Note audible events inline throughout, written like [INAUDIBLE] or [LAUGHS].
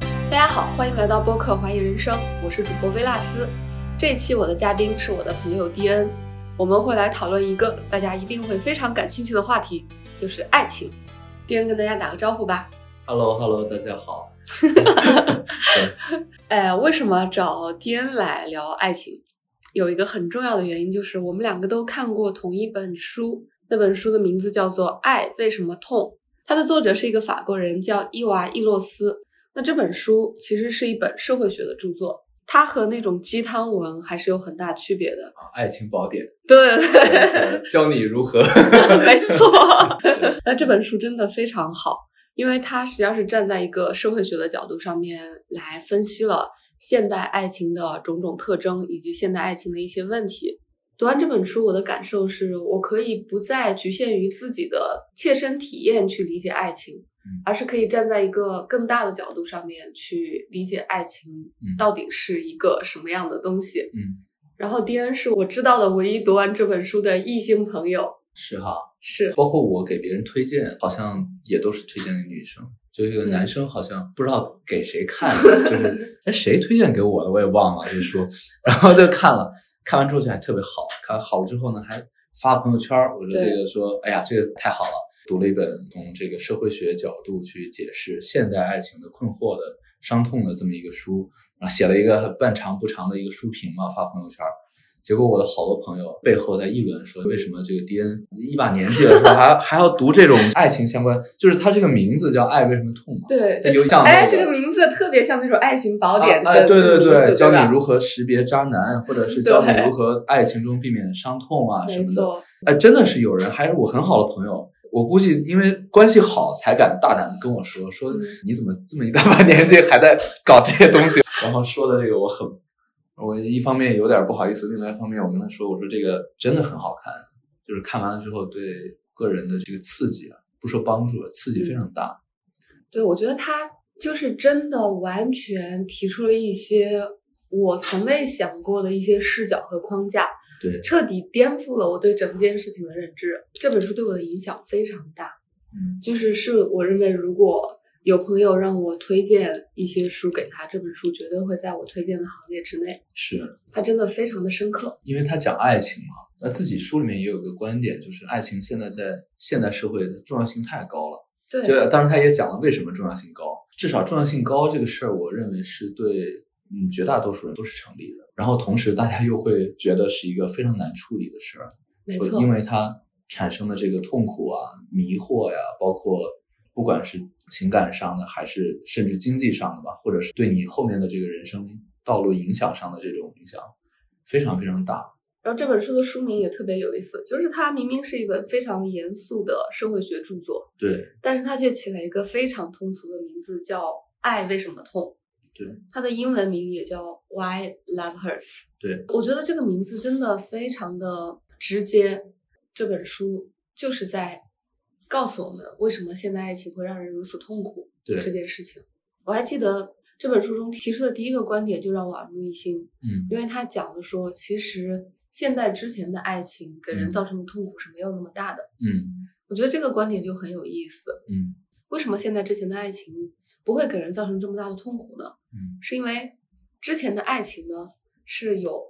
大家好，欢迎来到播客《怀疑人生》，我是主播薇拉斯。这一期我的嘉宾是我的朋友迪恩，我们会来讨论一个大家一定会非常感兴趣的话题，就是爱情。迪恩跟大家打个招呼吧。 Hello Hello，大家好。哎，为什么找迪恩来聊爱情？有一个很重要的原因就是我们两个都看过同一本书，那本书的名字叫做《爱为什么痛》，它的作者是一个法国人，叫伊娃·伊洛斯。那这本书其实是一本社会学的著作，它和那种鸡汤文还是有很大区别的。啊爱情宝典，对，对呃教你如何 [LAUGHS] 没错。那这本书真的非常好，因为它实际上是站在一个社会学的角度上面来分析了现代爱情的种种特征以及现代爱情的一些问题。读完这本书，我的感受是我可以不再局限于自己的切身体验去理解爱情嗯，而是可以站在一个更大的角度上面去理解爱情嗯到底是一个什么样的东西。嗯，然后迪恩是我知道的唯一读完这本书的异性朋友，是哈。是包括我给别人推荐，好像也都是推荐给女生，就这个男生好像不知道给谁看的，就是哎谁推荐给我的我也忘了，就说，然后就看了，看完之后就还特别好，看好了之后呢还发朋友圈儿，我说对这个说哎呀这个太好了，读了一本从这个社会学角度去解释现代爱情的困惑的伤痛的这么一个书，然后写了一个半长不长的一个书评嘛，发朋友圈儿。结果我的好多朋友背后在议论说，为什么这个迪恩一把年纪了，是吧？还还要 [LAUGHS] 读这种爱情相关？就是他这个名字叫《爱为什么痛》嘛，对，这有讲哎，那个这个名字特别像那种爱情宝典的、啊哎，对对对，教吧你如何识别渣男，或者是教你对如何爱情中避免伤痛啊什没么的。错，哎，真的是有人，还是我很好的朋友。我估计，因为关系好，才敢大胆的跟我说，说嗯你怎么这么一大把年纪还在搞这些东西？然后说的这个我很，我一方面有点不好意思，另外一方面我跟他说，我说这个真的很好看，就是看完了之后对个人的这个刺激啊，不说帮助，刺激非常大。对，我觉得他就是真的完全提出了一些我从未想过的一些视角和框架，对，彻底颠覆了我对整件事情的认知。这本书对我的影响非常大。嗯就是是我认为，如果有朋友让我推荐一些书给他，这本书绝对会在我推荐的行列之内。是。它真的非常的深刻。因为他讲爱情嘛，那自己书里面也有一个观点，就是爱情现在在现代社会的重要性太高了。对对，当然他也讲了为什么重要性高，至少重要性高这个事儿，我认为是对嗯绝大多数人都是成立的。然后同时大家又会觉得是一个非常难处理的事儿，没会错，因为它产生的这个痛苦啊、迷惑呀、包括不管是情感上的，还是甚至经济上的吧，或者是对你后面的这个人生道路影响上的这种影响，非常非常大。然后这本书的书名也特别有意思，就是它明明是一本非常严肃的社会学著作，对，但是它却起了一个非常通俗的名字，叫《爱为什么痛》。对，它的英文名也叫《Why Love Hurts》。对，我觉得这个名字真的非常的直接。这本书就是在告诉我们为什么现代爱情会让人如此痛苦对这件事情。我还记得这本书中提出的第一个观点就让我耳目一新，嗯，因为他讲的说，其实现代之前的爱情给人嗯造成的痛苦是没有那么大的。嗯，我觉得这个观点就很有意思。嗯，为什么现在之前的爱情不会给人造成这么大的痛苦呢？嗯，是因为之前的爱情呢是有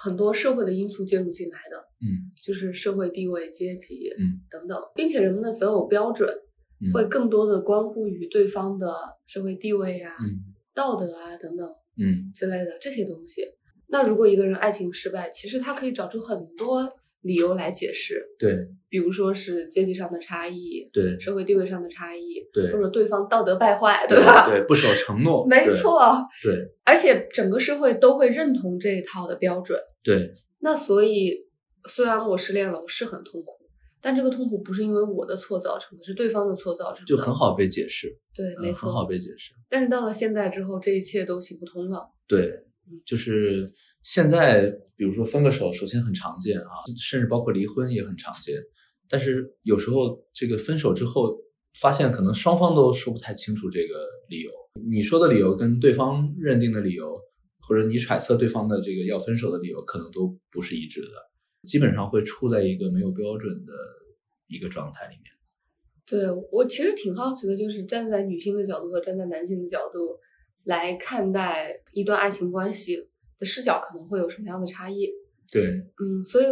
很多社会的因素介入进来的，嗯，就是社会地位、阶级，嗯，等等，并且人们的择偶标准嗯会，更多的关乎于对方的社会地位啊、嗯，道德啊等等嗯，之类的这些东西。那如果一个人爱情失败，其实他可以找出很多理由来解释，对，比如说是阶级上的差异、对，社会地位上的差异，对或，者对方道德败坏，吧？对，不守承 [LAUGHS] 诺，没对，错，对，而且整个社会都会认同这一套的标准。对，那所以，虽然我失恋了，我是很痛苦，但这个痛苦不是因为我的错造成的，是对方的错造成的，就很。好被解释，对，嗯没很好错。被解释，但是到了现在之后，这一切都行不通了。对，嗯就是现在，比如说分个手，首先很常见啊，甚至包括离婚也很常见，但是有时候这个分手之后，发现可能双方都说不太清楚这个理由，你说的理由跟对方认定的理由，或者你揣测对方的这个要分手的理由，可能都不是一致的，基本上会处在一个没有标准的一个状态里面。对我其实挺好奇的，就是站在女性的角度和站在男性的角度，来看待一段爱情关系的视角可能会有什么样的差异。对，嗯，所以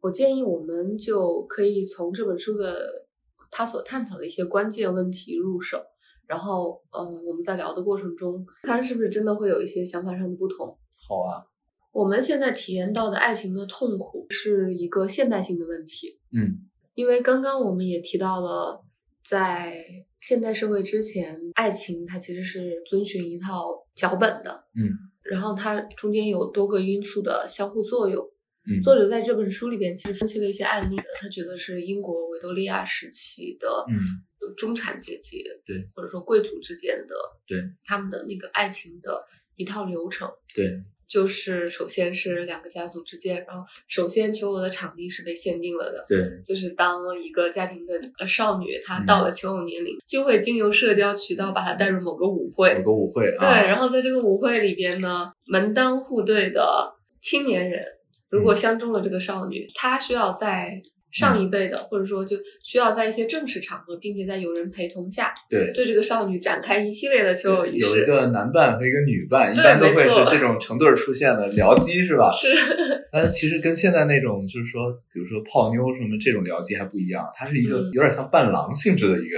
我建议我们就可以从这本书的他所探讨的一些关键问题入手，然后，嗯，我们在聊的过程中，看是不是真的会有一些想法上的不同。好啊，我们现在体验到的爱情的痛苦是一个现代性的问题，嗯，因为刚刚我们也提到了，在现代社会之前，爱情它其实是遵循一套脚本的，嗯，然后它中间有多个因素的相互作用。嗯，作者在这本书里边其实分析了一些案例的，他觉得是英国维多利亚时期的嗯，中产阶级，对，或者说贵族之间的，对，他们的那个爱情的一套流程，对，就是首先是两个家族之间，然后首先求偶的场地是被限定了的。对，就是当一个家庭的呃少女，她嗯到了求偶年龄，就会经由社交渠道把她带入某个舞会，有个舞会对，啊，然后在这个舞会里边呢，门当户对的青年人，如嗯果相中了这个少女，她需要在上一辈的，或者说就需要在一些正式场合，并且在有人陪同下，对。对这个少女展开一系列的求偶仪有一式。个男伴和一个女伴，一对般都没会错是这种成对儿出现的僚机是吧？是，但是其实跟现在那种就是说，比如说泡妞什么这种僚机还不一样，它是一个嗯有点像伴郎性质的一个、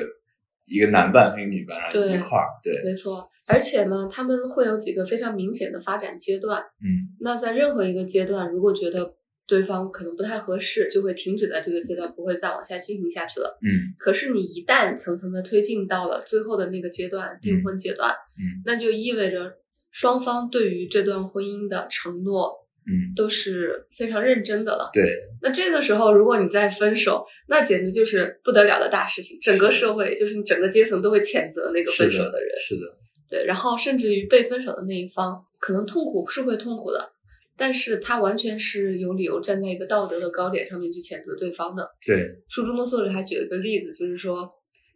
一个男伴和一个女伴，然后对一块儿，对，没错。而且呢，他们会有几个非常明显的发展阶段。嗯，那在任何一个阶段，如果觉得对方可能不太合适，就会停止在这个阶段，不会再往下进行下去了。嗯可是你一旦层层的推进到了最后的那个阶段，订婚阶段，嗯那就意味着双方对于这段婚姻的承诺嗯，都是非常认真的了。对那这个时候，如果你再分手，那简直就是不得了的大事情，整个社会就是你整个阶层都会谴责那个是分的，手的人，是的，对，然后甚至于被分手的那一方，可能痛苦是会痛苦的。但是他完全是有理由站在一个道德的高点上面去谴责对方的，对，书中的作者还举了个例子，就是说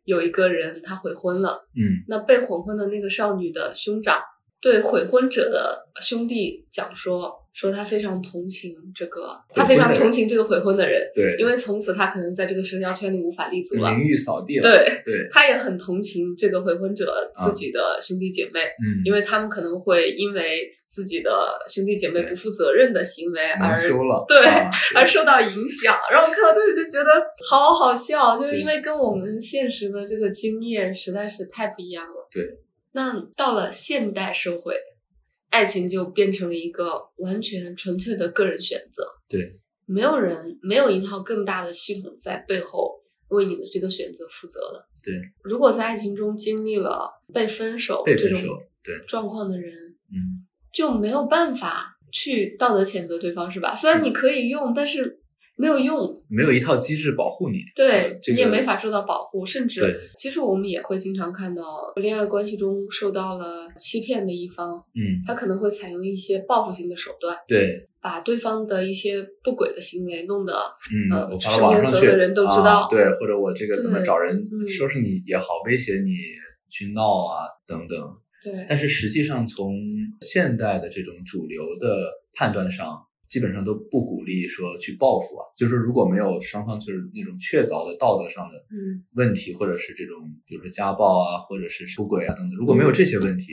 有一个人他悔婚了，嗯那被悔婚的那个少女的兄长对悔婚者的兄弟讲说，说他非常同情这个，悔他婚非常的人同情这个悔婚的人，对，因为从此他可能在这个社交圈里无法立足就了。名誉扫地了，对，对他也很同情这个悔婚者自己的兄弟姐妹。嗯，因为为他们可能会因为自己的兄弟姐妹不负责任的行为而蒙羞了，对啊而受到影响。然后我看到这里就觉得好好笑，就是对因为跟我们现实的这个经验实在是太不一样了。对，那到了现代社会，爱情就变成了一个完全纯粹的个人选择。对，没有人没有一套更大的系统在背后为你的这个选择负责了。对，如果在爱情中经历了被分手被这分种手，对，状况的人，嗯，就没有办法去道德谴责对方，是吧？虽然你可以用，但是没有用，没有一套机制保护你，对、这个你也没法受到保护，甚对至其实我们也会经常看到恋爱关系中受到了欺骗的一方，嗯，他可能会采用一些报复性的手段，对，把对方的一些不轨的行为弄得嗯，呃我发到网身边上所去，有的人都知道啊，对，或者我这个怎么对找人嗯收拾你也好，威胁你去闹啊等等，对但是实际上，从现代的这种主流的判断上，基本上都不鼓励说去报复啊。就是如果没有双方就是那种确凿的道德上的嗯问题，或者是这种比如说家暴啊，或者是出轨啊等等，如果没有这些问题，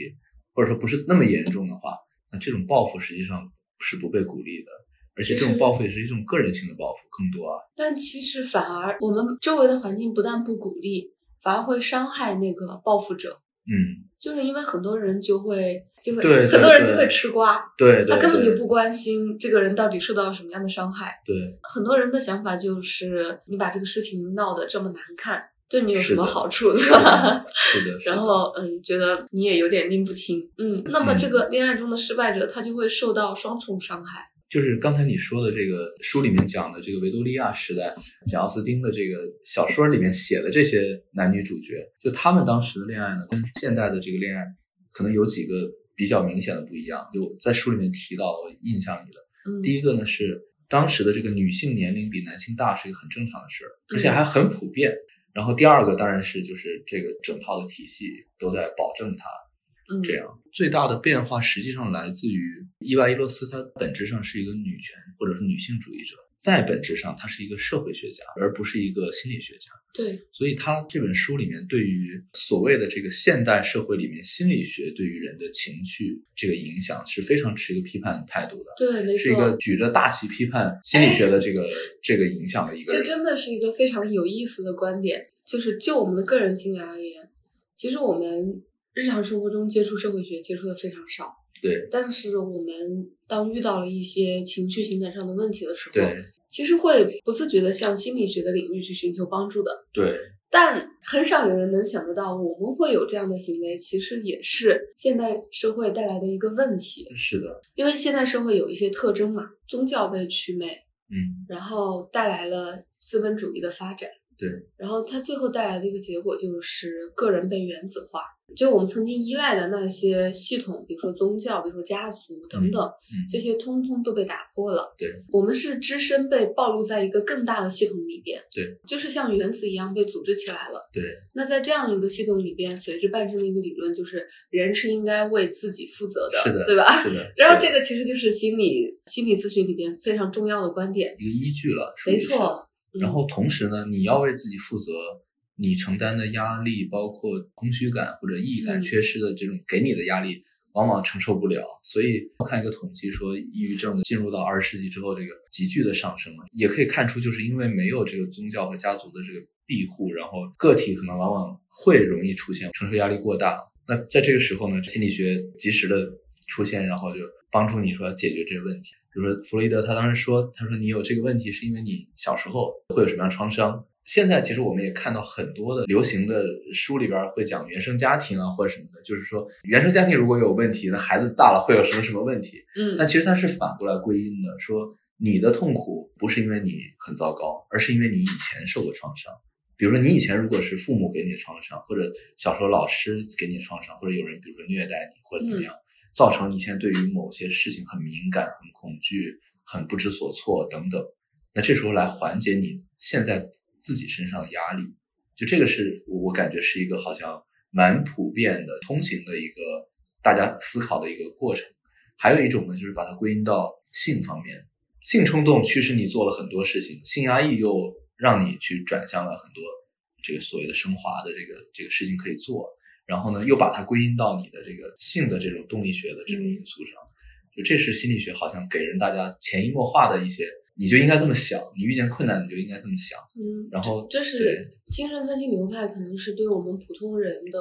或者说不是那么严重的话，那这种报复实际上是不被鼓励的。而且这种报复也是一种个人性的报复更多啊。但其实反而我们周围的环境不但不鼓励，反而会伤害那个报复者。嗯，就是因为很多人就会就会对对很多人就对会吃瓜，对对他啊根本就对不关心这个人到底受到了什么样的伤害。对很多人的想法就是，你把这个事情闹得这么难看，对你有什么是的好 [LAUGHS] 处，对吧？是的，是的然后，嗯，觉得你也有点拎不清，嗯。那么，这个恋爱中的失败者，他就会受到双重伤害。就是刚才你说的这个书里面讲的这个维多利亚时代，简奥斯汀的这个小说里面写的这些男女主角，就他们当时的恋爱呢，跟现代的这个恋爱可能有几个比较明显的不一样。就在书里面提到，我印象里的嗯，第一个呢是当时的这个女性年龄比男性大是一个很正常的事儿，嗯而且还很普遍。然后第二个当然是就是这个整套的体系都在保证它，嗯，这样最大的变化实际上来自于伊娃·伊洛斯，她本质上是一个女权或者是女性主义者，在本质上她是一个社会学家，而不是一个心理学家。对，所以他这本书里面对于所谓的这个现代社会里面心理学对于人的情绪这个影响是非常持一个批判态度的，对，没是一错，个举着大旗批判心理学的这个、这个影响的一个这人。真的是一个非常有意思的观点。就是就我们的个人经验而言，其实我们日常生活中接触社会学接触的非常少，对但是我们当遇到了一些情绪情感上的问题的时候，对其实会不自觉的向心理学的领域去寻求帮助的。对但很少有人能想得到，我们会有这样的行为，其实也是现代社会带来的一个问题。是的，因为现代社会有一些特征嘛，宗教被祛魅，嗯，然后带来了资本主义的发展。对，然后它最后带来的一个结果就是个人被原子化，就我们曾经依赖的那些系统，比如说宗教，比如说家族等等，嗯这些通通都被打破了。对，我们是只身被暴露在一个更大的系统里边。对，就是像原子一样被组织起来了。对，那在这样一个系统里边，随之伴生的一个理论就是人是应该为自己负责的，是的，对吧？是的。啊然后是这的个其实就是心理心理咨询里边非常重要的观点。一个依据了，属于没是错。嗯然后同时呢，你要为自己负责，你承担的压力，包括空虚感或者意义感嗯缺失的这种给你的压力，往往承受不了。所以我看一个统计说，抑郁症进入到二十世纪之后，这个急剧的上升了。也可以看出，就是因为没有这个宗教和家族的这个庇护，然后个体可能往往会容易出现承受压力过大。那在这个时候呢，心理学及时的出现，然后就帮助你说解决这个问题。比如说弗洛伊德，他当时说，他说你有这个问题是因为你小时候会有什么样的创伤。现在其实我们也看到很多的流行的书里边会讲原生家庭啊或者什么的，就是说原生家庭如果有问题，那孩子大了会有什么什么问题？嗯，但其实它是反过来归因的，说你的痛苦不是因为你很糟糕，而是因为你以前受过创伤。比如说你以前如果是父母给你的创伤，或者小时候老师给你的创伤，或者有人比如说虐待你或者怎么样，造成你现在对于某些事情很敏感、很恐惧、很不知所措等等。那这时候来缓解你现在自己身上的压力，就这个是我我感觉是一个好像蛮普遍的、通行的一个大家思考的一个过程。还有一种呢，就是把它归因到性方面，性冲动驱使你做了很多事情，性压抑又让你去转向了很多这个所谓的升华的这个这个事情可以做，然后呢，又把它归因到你的这个性的这种动力学的这种因素上，就这是心理学好像给人大家潜移默化的一些，你就应该这么想，你遇见困难你就应该这么想，嗯，然后这是精神分析流派可能是对我们普通人的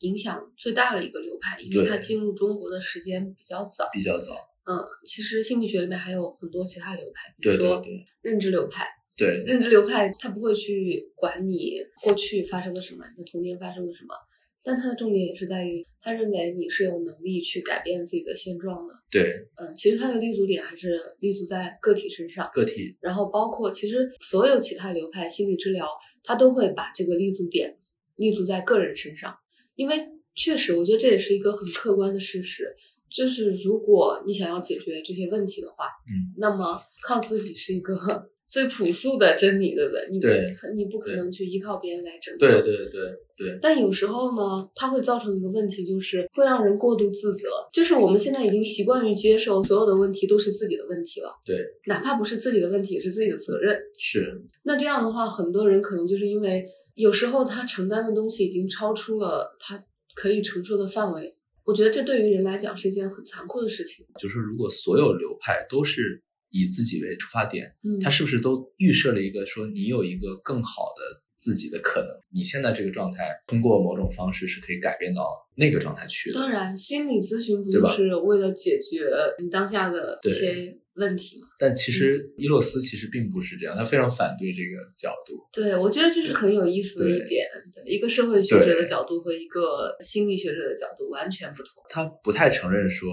影响最大的一个流派，因为对它进入中国的时间比较早。比较早，嗯，其实心理学里面还有很多其他流派，比如对对说对认知流派。对认知流派它不会去管你过去发生了什么，你的童年发生了什么，但它的重点也是在于，他认为你是有能力去改变自己的现状的。对，嗯，其实它的立足点还是立足在个体身上。个体然后包括其实所有其他流派心理治疗，它都会把这个立足点立足在个人身上，因为确实我觉得这也是一个很客观的事实，就是如果你想要解决这些问题的话，嗯，那么靠自己是一个 [LAUGHS] 最朴素的真理，对不对？你对你不可能去依靠别人来拯救。对对对对，但有时候呢，它会造成一个问题，就是会让人过度自责。就是我们现在已经习惯于接受所有的问题都是自己的问题了，对，哪怕不是自己的问题，也是自己的责任。是那这样的话，很多人可能就是因为有时候他承担的东西已经超出了他可以承受的范围。我觉得这对于人来讲是一件很残酷的事情。就是如果所有流派都是以自己为出发点，嗯，它是不是都预设了一个说你有一个更好的自己的可能？你现在这个状态通过某种方式是可以改变到那个状态去的。当然，心理咨询不对就吧是为了解决你当下的一些问题吗？但其实伊洛斯其实并不是这样，他非常反对这个角度。对，我觉得这是很有意思的一点。对，一个社会学者的角度和一个心理学者的角度完全不同。他不太承认说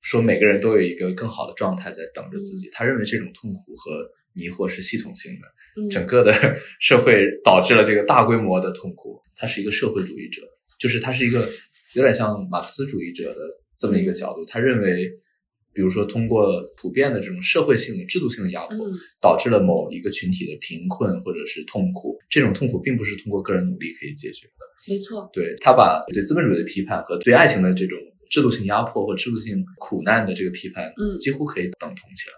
说每个人都有一个更好的状态在等着自己。他认为这种痛苦和迷惑是系统性的，嗯，整个的 [LAUGHS] 社会导致了这个大规模的痛苦。他是一个社会主义者，就是他是一个有点像马克思主义者的这么一个角度。他认为比如说通过普遍的这种社会性的、制度性的压迫，嗯导致了某一个群体的贫困或者是痛苦。这种痛苦并不是通过个人努力可以解决的。没错，对他把对资本主义的批判和对爱情的这种制度性压迫或制度性苦难的这个批判，嗯几乎可以等同起来。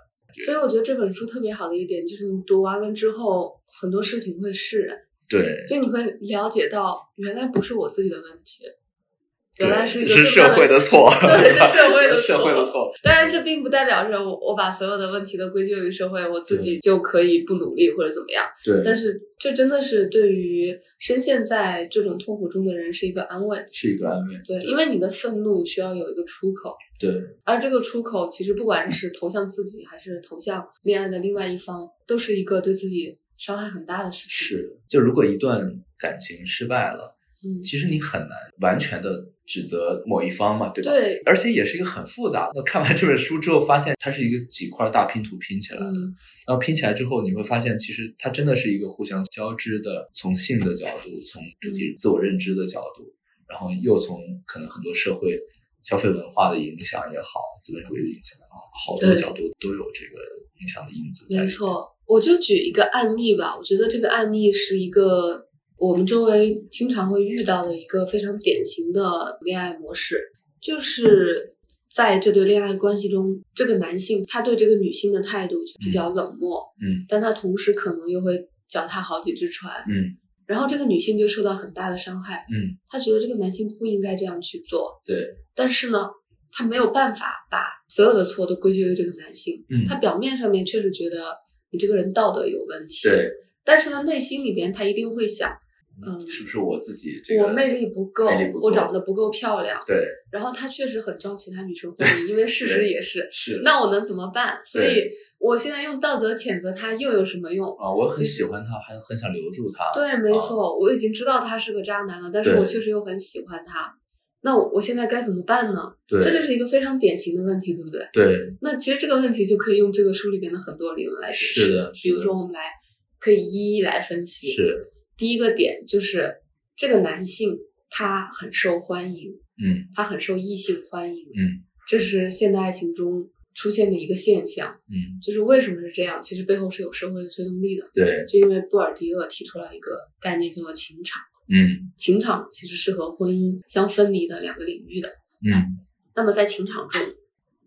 所以我觉得这本书特别好的一点就是，你读完了之后，很多事情会释然，对，就你会了解到，原来不是我自己的问题，对原来是一个是更大社会的错 [LAUGHS] [LAUGHS] 对，是社会的错，社会的。错。当然，这并不代表着我我把所有的问题都归咎于社会，我自己就可以不努力或者怎么样。对，但是这真的是对于深陷在这种痛苦中的人是一个安慰。是一个安慰。对，因为你的愤怒需要有一个出口，对，而这个出口其实不管是投向自己，还是投向恋爱的另外一方，都是一个对自己伤害很大的事情。，是。就如果一段感情失败了，嗯，其实你很难完全的指责某一方嘛，对吧？对，而且也是一个很复杂的。那看完这本书之后，发现它是一个几块大拼图拼起来的，嗯，然后拼起来之后，你会发现其实它真的是一个互相交织的，从性的角度，从主体自我认知的角度，然后又从可能很多社会消费文化的影响也好，资本主义的影响也好，好多对角度都有这个影响的因子在里没面。错。我就举一个案例吧，我觉得这个案例是一个我们周围经常会遇到的一个非常典型的恋爱模式，就是在这对恋爱关系中，这个男性他对这个女性的态度就比较冷漠，嗯但他同时可能又会脚踏好几只船，嗯然后这个女性就受到很大的伤害，嗯，她觉得这个男性不应该这样去做，对，但是呢，她没有办法把所有的错都归咎于这个男性，嗯她表面上面确实觉得你这个人道德有问题，对，但是呢，内心里边她一定会想，嗯是不是我自己这个我魅力不够，魅力不够我长得不够漂亮，对然后她确实很招其他女生欢迎，因为事实对也是，是那我能怎么办？所以对我现在用道德谴责她又有什么用？啊，我很喜欢他，还很想留住他。对，没错，我已经知道他是个渣男了，但是哦对我确实又很喜欢他。那我我现在该怎么办呢？对这就是一个非常典型的问题，对不对？对那其实这个问题就可以用这个书里边的很多理论来解释。是的是比的如说我们来可以一一来分析。是第一个点就是这个男性他很受欢迎，嗯他很受异性欢迎，嗯这是现代爱情中出现的一个现象。嗯就是为什么是这样？其实背后是有社会的推动力的。对就因为布尔迪厄提出了一个概念叫做情场。嗯情场其实是和婚姻相分离的两个领域的。嗯那么在情场中，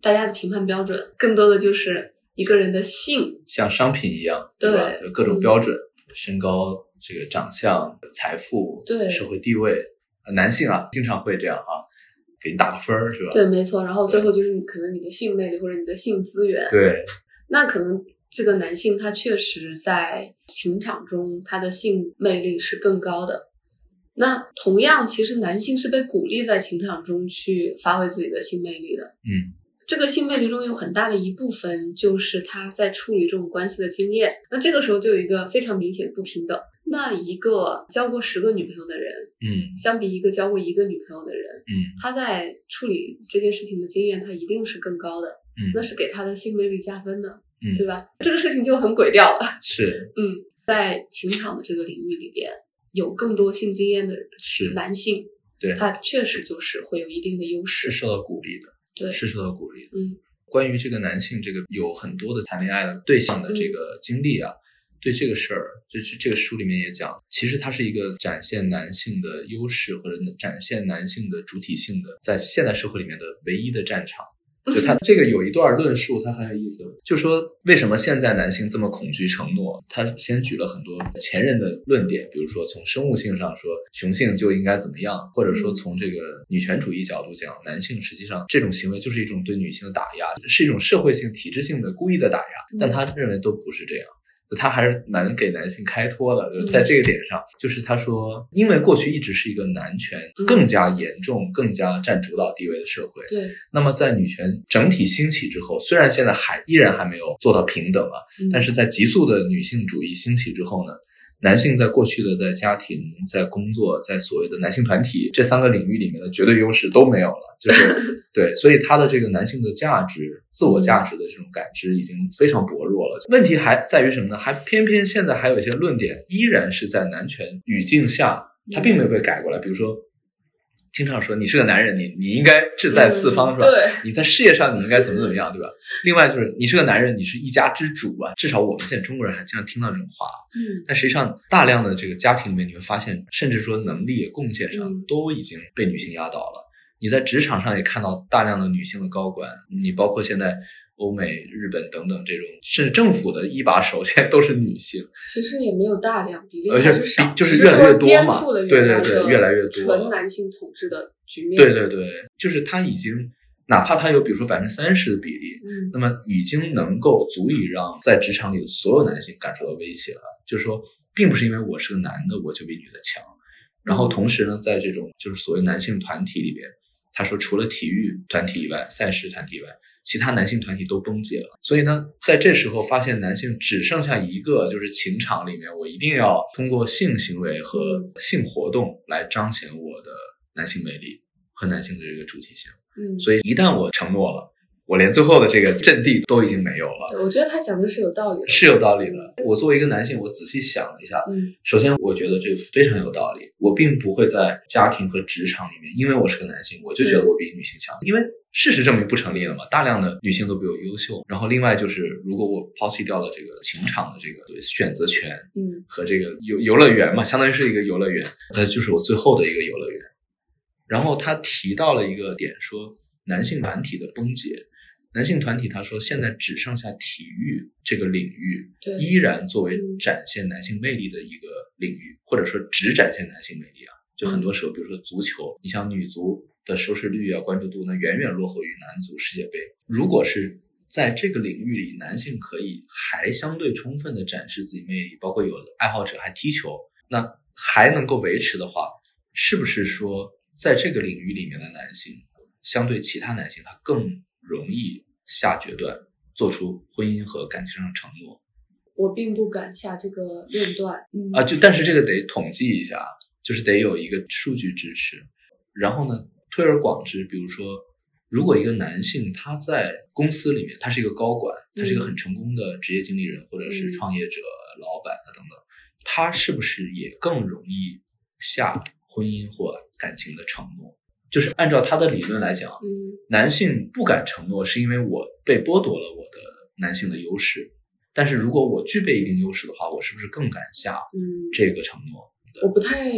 大家的评判标准更多的就是一个人的性，像商品一样，对吧？有各种嗯标准，身高、这个长相、财富、对社会地位，呃男性啊经常会这样啊，给你打个分儿是吧？对，没错。然后最后就是你可能你的性魅力或者你的性资源，对那可能这个男性他确实在情场中他的性魅力是更高的。那同样，其实男性是被鼓励在情场中去发挥自己的性魅力的。嗯这个性魅力中有很大的一部分就是他在处理这种关系的经验。那这个时候就有一个非常明显不平等。那一个交过十个女朋友的人，嗯相比一个交过一个女朋友的人，嗯他在处理这件事情的经验，他一定是更高的，嗯，那是给他的性魅力加分的，嗯对吧？这个事情就很鬼调了。是嗯，在情场的这个领域里边，有更多性经验的是男性，对他确实就是会有一定的优势是。受到鼓励的。对，是受到鼓励的。嗯，关于这个男性这个有很多的谈恋爱的对象的嗯这个经历啊，对这个事儿，就是这个书里面也讲，其实它是一个展现男性的优势或者展现男性的主体性的，在现代社会里面的唯一的战场。 [LAUGHS] 就他这个有一段论述，它很有意思，就说为什么现在男性这么恐惧承诺？他先举了很多前人的论点，比如说从生物性上说，雄性就应该怎么样，或者说从这个女权主义角度讲，男性实际上这种行为就是一种对女性的打压，是一种社会性、体制性的故意的打嗯。压但他认为都不是这样。他还是蛮给男性开脱的，就是在这个点上，就是他说，因为过去一直是一个男权嗯更加严重、更加占主导地位的社会，对，那么在女权整体兴起之后，虽然现在还依然还没有做到平等啊，嗯但是在急速的女性主义兴起之后呢，男性在过去的在家庭、在工作、在所谓的男性团体这三个领域里面的绝对优势都没有了，就是 [LAUGHS] 对，所以他的这个男性的价值、自我价值的这种感知已经非常薄弱了。问题还在于什么呢？还偏偏现在还有一些论点依然是在男权语境下，它并没有被改过来，比如说。经常说你是个男人，你你应该志在四方、嗯是吧？对，你在事业上你应该怎么怎么样，对吧？另外就是你是个男人，你是一家之主啊，至少我们现在中国人还经常听到这种话。啊嗯，但实际上，大量的这个家庭里面，你会发现，甚至说能力、贡献上嗯都已经被女性压倒了。你在职场上也看到大量的女性的高管，你包括现在欧美、日本等等这种，甚至政府的一把手现在都是女性，其实也没有大量比例而还且是少，比呃就是只越来说越多颠嘛覆了对原来对对的越来越多纯男性统治的局面。对对对，就是他已经哪怕他有比如说百分之三十的比例，嗯，那么已经能够足以让在职场里的所有男性感受到威胁了。就是说，并不是因为我是个男的，我就比女的强。然后同时呢，在这种就是所谓男性团体里边，他说除了体育团体以外，赛事团体以外，其他男性团体都崩解了。所以呢，在这时候发现男性只剩下一个，就是情场里面，我一定要通过性行为和性活动来彰显我的男性魅力和男性的这个主体性。嗯，所以一旦我承诺了，我连最后的这个阵地都已经没有了，对我觉得他讲的是有道理的。是有道理的。我作为一个男性，我仔细想了一下，嗯首先我觉得这非常有道理。我并不会在家庭和职场里面，因为我是个男性，我就觉得我比女性强，因为事实证明不成立了嘛。大量的女性都比我优秀。然后另外就是，如果我抛弃掉了这个情场的这个选择权，嗯，和这个游游乐园嘛，相当于是一个游乐园，呃，就是我最后的一个游乐园。然后他提到了一个点，说男性团体的崩解，男性团体他说现在只剩下体育这个领域对，依然作为嗯展现男性魅力的一个领域，或者说只展现男性魅力啊。就很多时候，比如说足球，你像女足的收视率啊、关注度呢，远远落后于男足世界杯。如果是在这个领域里，男性可以还相对充分的展示自己魅力，包括有爱好者还踢球，那还能够维持的话，是不是说在这个领域里面的男性，相对其他男性，他更容易下决断，做出婚姻和感情上承诺我并不敢下这个论断。嗯啊？就但是这个得统计一下，啊就是得有一个数据支持。然后呢，推而广之，比如说，如果一个男性他在公司里面，他是一个高管，他是一个很成功的职业经理人或者是嗯创业者、老板啊等等，他是不是也更容易下婚姻或感情的承诺？就是按照他的理论来讲，嗯男性不敢承诺，是因为我被剥夺了我的男性的优势。但是如果我具备一定优势的话，我是不是更敢下嗯，这个承诺？我不太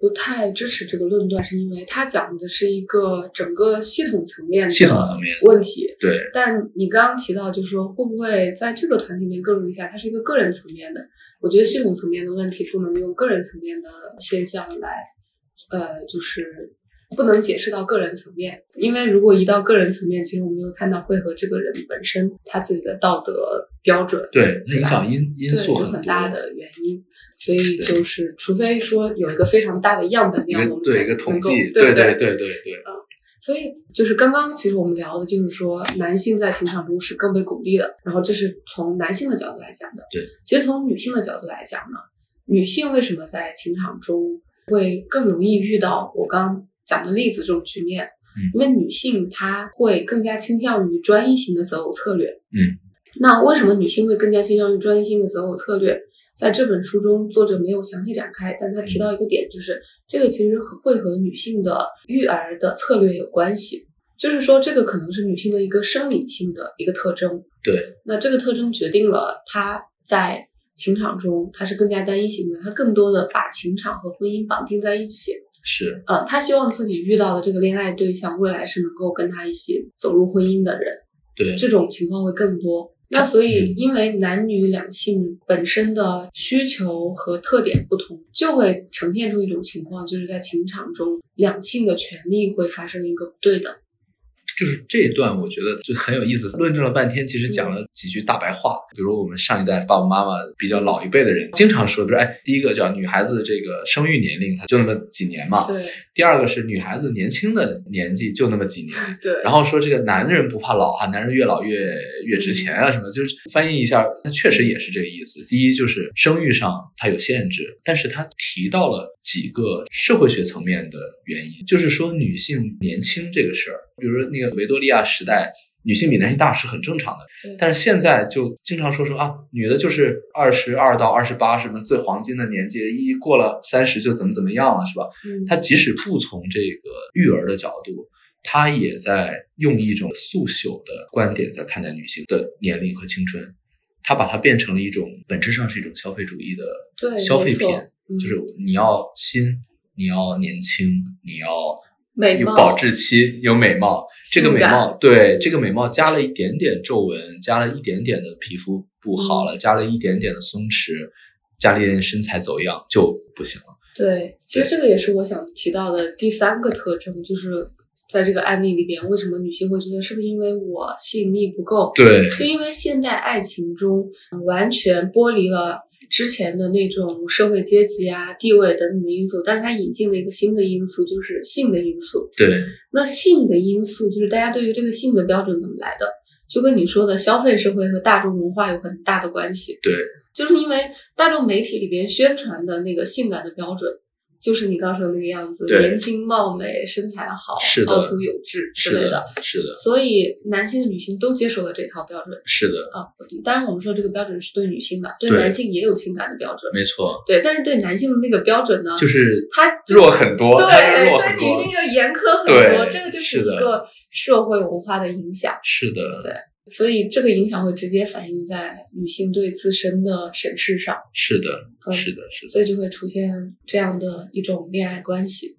不太支持这个论断，是因为他讲的是一个整个系统层面系统的层面，问题。对，但你刚刚提到，就是说会不会在这个团体里面更容易下，它是一个个人层面的。我觉得系统层面的问题不能用个人层面的现象来，呃，就是不能解释到个人层面，因为如果一到个人层面，其实我们又看到会和这个人本身他自己的道德标准对，那影吧响因因对素有很很多大的原因，所以对就是除非说有一个非常大的样本一量，个我们对才一个能统够计，对对不对嗯对对对，所以就是刚刚其实我们聊的就是说，男性在情场中是更被鼓励的，然后这是从男性的角度来讲的。对，其实从女性的角度来讲呢，女性为什么在情场中会更容易遇到我刚刚讲的例子这种局面？嗯因为女性她会更加倾向于专一型的择偶策略。嗯，那为什么女性会更加倾向于专一型的择偶策略？在这本书中，作者没有详细展开，但他提嗯到一个点，就是这个其实和会和女性的育儿的策略有关系，就是说这个可能是女性的一个生理性的一个特征。对，那这个特征决定了她在情场中她是更加单一型的，她更多的把情场和婚姻绑定在一起。是，呃，她希望自己遇到的这个恋爱对象未来是能够跟她一起走入婚姻的人。对，这种情况会更多。那所以嗯，因为男女两性本身的需求和特点不同，就会呈现出一种情况，就是在情场中，两性的权利会发生一个不对等。就是这一段我觉得就很有意思，论证了半天，其实讲嗯了几句大白话，比如我们上一代爸爸妈妈比较老一辈的人经常说，比如哎，第一个叫女孩子这个生育年龄，它就那么几年嘛，对第二个是女孩子年轻的年纪就那么几年，对然后说这个男人不怕老啊，男人越老越越值钱啊什么，就是翻译一下，它确实也是这个意思。第一就是生育上它有限制，但是它提到了几个社会学层面的原因，就是说女性年轻这个事儿，比如说那个维多利亚时代。女性比男性大是很正常的对。但是现在就经常说说啊，女的就是二十二到二十八什么最黄金的年纪，一过了三十就怎么怎么样了，是吧？嗯，她即使不从这个育儿的角度，她也在用一种速朽的观点在看待女性的年龄和青春。她把它变成了一种本质上是一种消费主义的对消费没错片，嗯就是你要新，你要年轻，你要美有貌保质期，有美貌。这个性美感貌，对这个美貌加了一点点皱纹，加了一点点的皮肤不好嗯了，加了一点点的松弛，加了一点点身材走样就不行了。对，其实这个也是我想提到的第三个特征，就是在这个案例里边，为什么女性会觉得是不是因为我吸引力不够？对就因为现代爱情中嗯完全剥离了之前的那种社会阶级啊、地位等等的因素，但是它引进了一个新的因素，就是性的因素。对那性的因素就是大家对于这个性的标准怎么来的，就跟你说的消费社会和大众文化有很大的关系。对，就是因为大众媒体里边宣传的那个性感的标准，就是你刚说的那个样子，对年轻貌美、身材好、是的凹凸有致之是类的，是的，所以男性和女性都接受了这套标准是的，啊。当然，我们说这个标准是对女性的，对对男性也有性感的标准。没错，对，但是对男性的那个标准呢，就是它弱很多，嗯对它就是弱很对多女性要严苛很对多，这个就是是一的个社会文化的影响。是的，对所以这个影响会直接反映在女性对自身的审视上。是的，嗯是的，是所的，以就会出现这样的一种恋爱关系。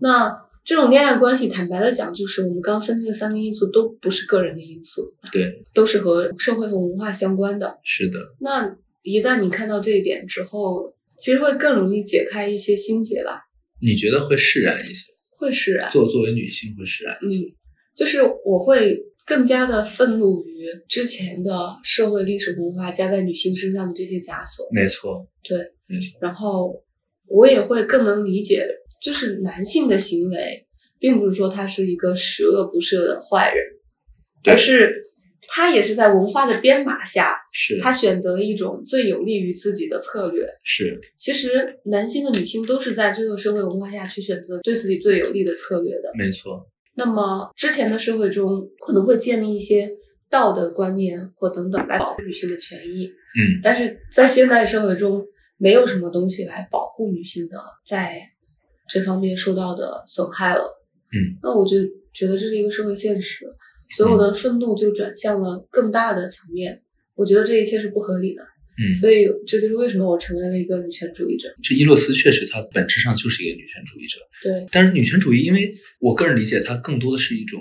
那这种恋爱关系，坦白的讲，就是我们刚分析的三个因素都不是个人的因素，对，都是和社会和文化相关的。是的，那一旦你看到这一点之后，其实会更容易解开一些心结吧，你觉得会释然一些？会释然。作作为女性会释然一嗯，些？就是我会更加的愤怒于之前的社会历史文化加在女性身上的这些枷锁。没错，对，没错，然后我也会更能理解，就是男性的行为，并不是说他是一个十恶不赦的坏人，对而是他也是在文化的编码下，是他选择了一种最有利于自己的策略。是其实，男性和女性都是在这个社会文化下去选择对自己最有利的策略的。没错，那么，之前的社会中可能会建立一些道德观念或等等来保护女性的权益，嗯，但是在现代社会中，没有什么东西来保护女性的在这方面受到的损害了。嗯，那我就觉得这是一个社会现实，所以我的愤怒就转向了更大的层面。我觉得这一切是不合理的，嗯所以这就是为什么我成为了一个女权主义者。这伊洛斯确实，她本质上就是一个女权主义者。对，但是女权主义，因为我个人理解，它更多的是一种，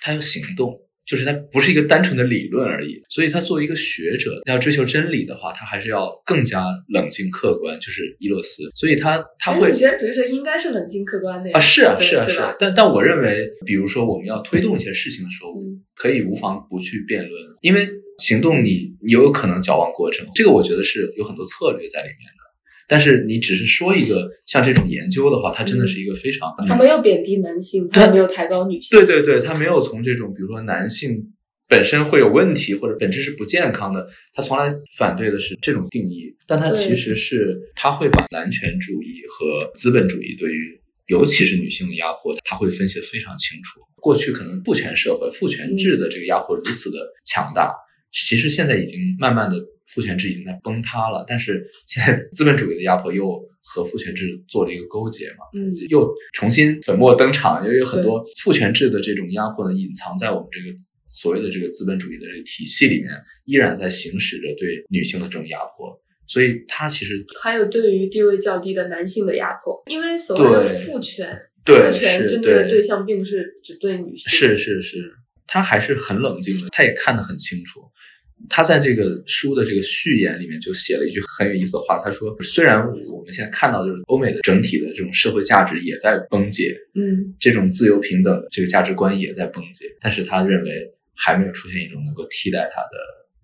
它要行动，就是它不是一个单纯的理论而已。所以，她作为一个学者，要追求真理的话，她还是要更加冷静客观，就是伊洛斯。所以她，她其实会女权主义者应该是冷静客观的呀啊，是啊，对是啊，对是吧啊。但但我认为，比如说我们要推动一些事情的时候，嗯可以无妨不去辩论，因为行动你你有可能矫枉过正，这个我觉得是有很多策略在里面的。但是你只是说一个像这种研究的话，它真的是一个非常、他没有贬低男性，他也没有抬高女性。嗯对对对，他没有从这种比如说男性本身会有问题或者本质是不健康的，他从来反对的是这种定义，但他其实是他会把男权主义和资本主义对于尤其是女性的压迫，他会分析得非常清楚。过去可能父权社会、父权制的这个压迫如此的强大，其实现在已经慢慢的父权制已经在崩塌了，但是现在资本主义的压迫又和父权制做了一个勾结嘛。嗯，又重新粉墨登场，也有很多父权制的这种压迫呢，隐藏在我们这个所谓的这个资本主义的这个体系里面，依然在行使着对女性的这种压迫。所以，它其实还有对于地位较低的男性的压迫，因为所谓的对父权，对父权是针对的对对象并不是只对女性，是是是，他还是很冷静的，他也看得很清楚。他在这个书的这个序言里面就写了一句很有意思的话，他说：“虽然我们现在看到就是欧美的整体的这种社会价值也在崩解，嗯，这种自由平等的这个价值观也在崩解，但是他认为还没有出现一种能够替代它的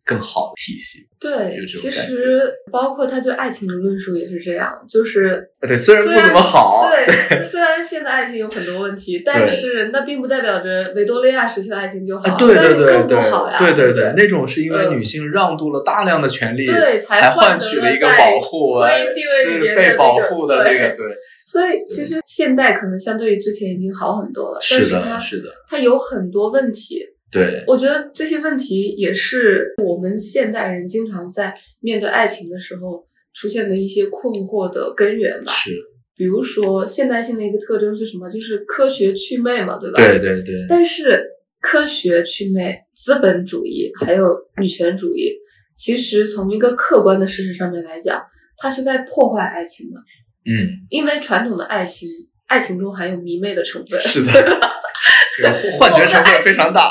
更好的体系。对，有这种其感觉实包括他对爱情的论述也是这样，就是啊对，虽然不怎么好， [LAUGHS] 对，虽然现在爱情有很多问题，但是那并不代表着维多利亚时期的爱情就好，啊，对对那对更不对好呀，对对不对，那种是因为嗯女性让渡了大量的权利，对才才换换得取了了一个在保护，婚哎姻地位里就面是的被那保个护的对那个，对，所以其实现代可能相对于之前已经好很多了，但是是的，它是的，它有很多问题，对，我觉得这些问题也是我们现代人经常在面对爱情的时候出现的一些困惑的根源吧。是，比如说，现代性的一个特征是什么？就是科学祛魅嘛，对吧？对对对，但是科学祛魅、资本主义还有女权主义，其实从一个客观的事实上面来讲，它是在破坏爱情的，嗯，因为传统的爱情，爱情中含有迷妹的成分。是 [LAUGHS] 的，这个幻觉成分非常大。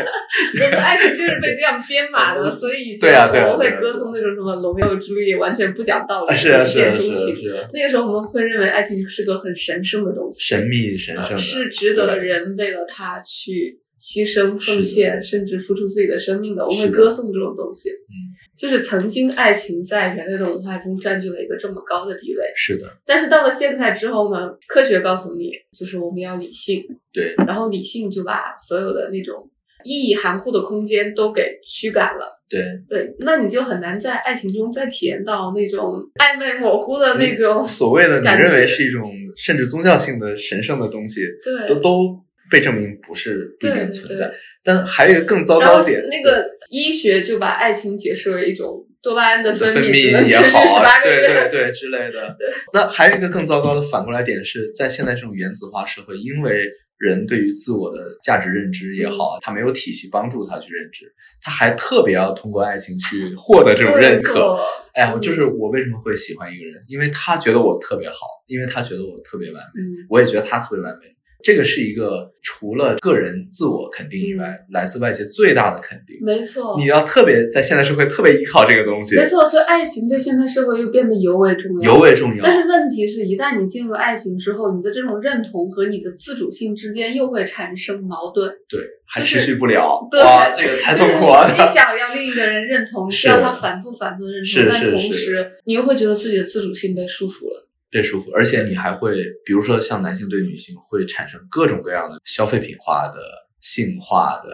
我们爱情就是被这样编码 [LAUGHS] 的，所以以前对啊对啊我们会对啊歌颂那种什么《罗密欧之路》完全不讲道理，是啊是啊一见是钟啊情。是啊，那个时候我们会认为爱情是个很神圣的东西，神秘神圣呃的，是值得人为了它去牺牲、是的奉献，甚至付出自己的生命的。我是会的歌颂这种东西。嗯，就是曾经爱情在人类的文化中占据了一个这么高的地位，是的，但是到了现代之后呢，科学告诉你，就是我们要理性，对，然后理性就把所有的那种意义含糊的空间都给驱赶了。对，对，那你就很难在爱情中再体验到那种暧昧模糊的嗯那种所谓的你感觉认为是一种甚至宗教性的神圣的东西，对都都被证明不是不一对定对存对在。但还有一个更糟然糕后点，那个医学就把爱情解释为一种多巴胺的分泌，只能泌持也续好十啊，八个对 [LAUGHS] 对月。对之类的。那还有一个更糟糕的反过来点是在现在这种原子化社会，因为人对于自我的价值认知也嗯好，啊他没有体系帮助他去认知，他还特别要通过爱情去获得这种认可。哎呀，我就是我为什么会喜欢一个人，因为他觉得我特别好，因为他觉得我特别完美，嗯，我也觉得他特别完美。这个是一个除了个人自我肯定以嗯外，来自外界最大的肯定。没错你，要特别在现代社会特别依靠这个东西没，错。所以爱情对现代社会又变得尤为重要。尤为重要。但是问题是，一旦你进入爱情之后，你的这种认同和你的自主性之间又会产生矛盾。对，还就是持续不了，对哇，这个太痛苦了 [LAUGHS] 就是。你既想要另一个人认同，是需要他反复反复的认同是，但是同是时你又会觉得自己的自主性被束缚了。被束缚，而且你还会，比如说像男性对女性会产生各种各样的消费品化的、性化的、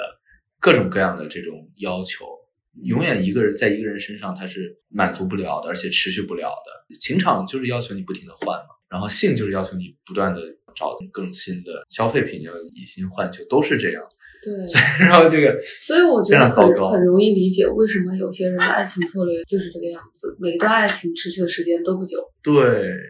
各种各样的这种要求。永远一个人在一个人身上他是满足不了的，而且持续不了的。情场就是要求你不停的换嘛，然后性就是要求你不断的找更新的消费品，要以新换旧，都是这样。 [LAUGHS] 对，然后这个所以我觉得非常糟很糕很容易理解为什么有些人的爱情策略就是这个样子，每一段爱情持续的时间都不久。对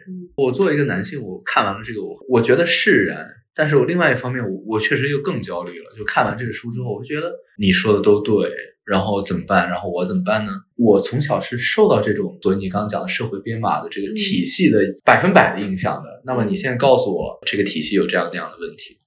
嗯，我作为一个男性，我看完了这个，我我觉得释然。但是我另外一方面，我我确实又更焦虑了。就看完这个书之后，我就觉得你说的都对，然后怎么办？然后我怎么办呢？我从小是受到这种，所以你刚刚讲的社会编码的这嗯个体系的百分百的影响的。那么你现在告诉我，这个体系有这样那样的问题，